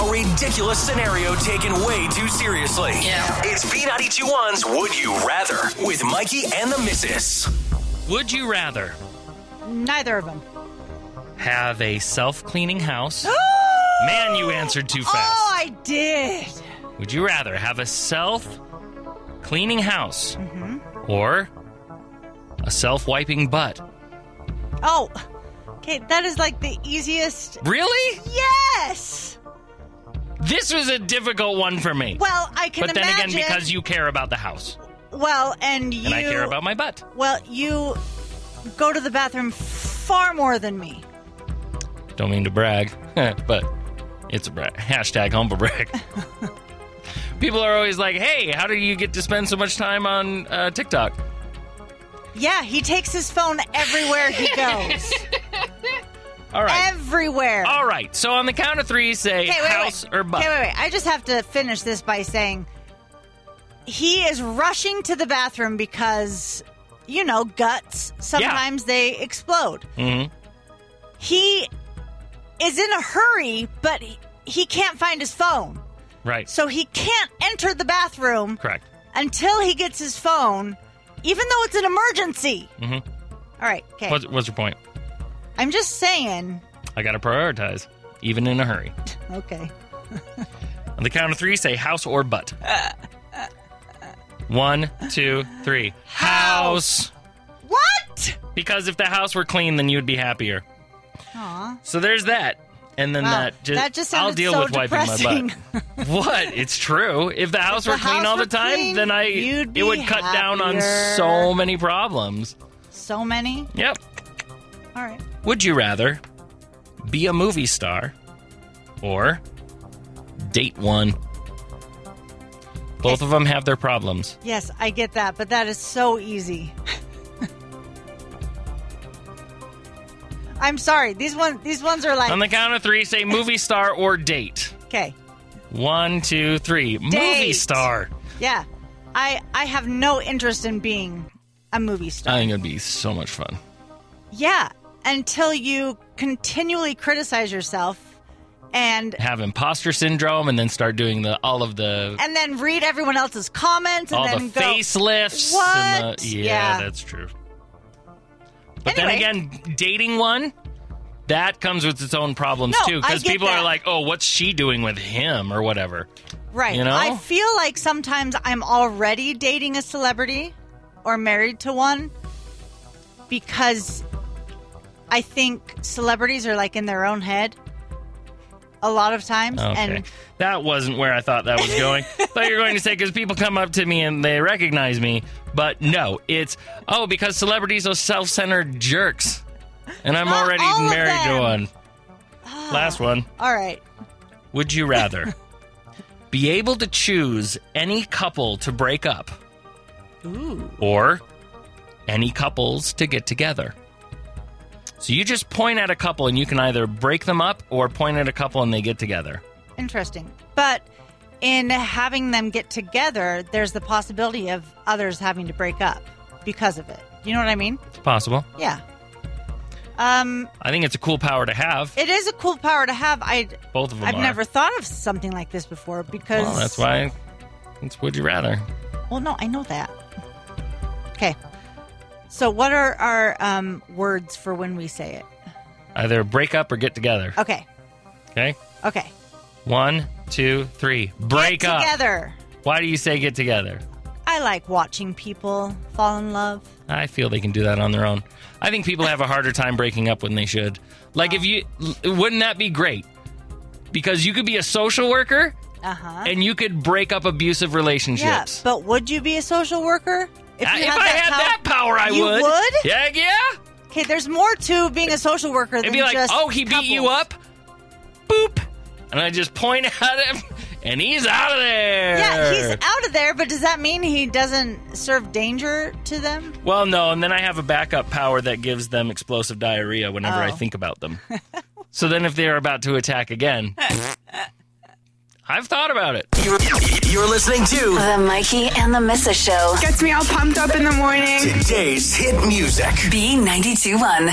A ridiculous scenario taken way too seriously. Yeah. It's B921's Would You Rather with Mikey and the Missus. Would you rather Neither of them. have a self cleaning house? Man, you answered too Oh, fast. I did. Would you rather have a self cleaning house or a self wiping butt? Oh, okay. That is like the easiest. Really? Yes. This was a difficult one for me. Well, I can but then imagine. again, because you care about the house well, and you. and I care about my butt. Well, you go to the bathroom far more than me. Don't mean to brag, but it's a brag. Hashtag humble brag. People are always like, hey, how do you get to spend so much time on uh, TikTok? Yeah, he takes his phone everywhere he goes. All right. everywhere. All right. So on the count of three, say Okay, wait, house wait. or butt. Okay, wait, wait. I just have to finish this by saying he is rushing to the bathroom because, you know, guts, sometimes they explode. Mhm. He is in a hurry, but he- he can't find his phone. Right. So he can't enter the bathroom Correct. until he gets his phone, even though it's an emergency. Mhm. All right, okay. What's, what's your point? I'm just saying. I got to prioritize, even in a hurry. Okay. On the count of three, say house or butt. Uh, One, two, three. House. What? Because if the house were clean, then you'd be happier. Aw. So there's that. And then Wow, that just, that just I'll sounded deal so with wiping depressing. my butt. what? It's true. If the house the were clean house all the were time, clean, then I you'd it be would cut down on so happier. many problems. So many. Yep. All right. Would you rather be a movie star or date one? Both of them have their problems. Yes, I get that, but that is so easy. I'm sorry. These ones these ones are like On the count of three, say movie star or date. okay. One, two, three. Movie Date. star. Yeah. I I have no interest in being a movie star. I think it'd be so much fun. yeah, until you continually criticize yourself and Have imposter syndrome and then start doing the all of the and then read everyone else's comments and all then the go facelifts. And "What?" the, yeah, Yeah. that's true. But Anyway. then again, dating one, that comes with its own problems No, too. I Because get people are that. like, oh, what's she doing with him or whatever. Right. You know? I feel like sometimes I'm already dating a celebrity or married to one because I think celebrities are like in their own head a lot of times. Okay. And that wasn't where I thought that was going. thought you were going to say because people come up to me and they recognize me. But no, it's, oh, because celebrities are self centered jerks. And I'm Not already all of married to them. Ah. one. Last one. all right. Would you rather be able to choose any couple to break up Ooh. or any couples to get together? So you just point at a couple and you can either break them up or point at a couple and they get together. Interesting. But in having them get together, there's the possibility of others having to break up because of it. You know what I mean? It's possible. Yeah. Um, I think it's a cool power to have. it is a cool power to have. I Both of them I've are. never thought of something like this before because Well, that's why it's would you rather. Well, no, I know that. Okay. So, what are our um, words for when we say it? Either break up or get together. Okay. Okay? Okay. One, two, three. Break Get up. together. Why do you say get together? I like watching people fall in love. I feel they can do that on their own. I think people have a harder time breaking up when they should. Like, if you l- wouldn't that be great? Because you could be a social worker Uh huh. and you could break up abusive Yeah. relationships. But would you be a social worker? I- Uh, if I had that power, I You would. would? Yeah, yeah. Okay. There's more to being a social worker It'd than be like, just oh, he beat you couples. up. Boop. And I just point at him and he's out of there. Yeah, he's out of there, but does that mean he doesn't serve danger to them? Well, no, and then I have a backup power that gives them explosive diarrhea whenever I Oh. think about them. so then if they're about to attack again, I've thought about it. You're, you're listening to The Mikey and the Missa Show. Gets me all pumped up in the morning. today's hit music. B92 1.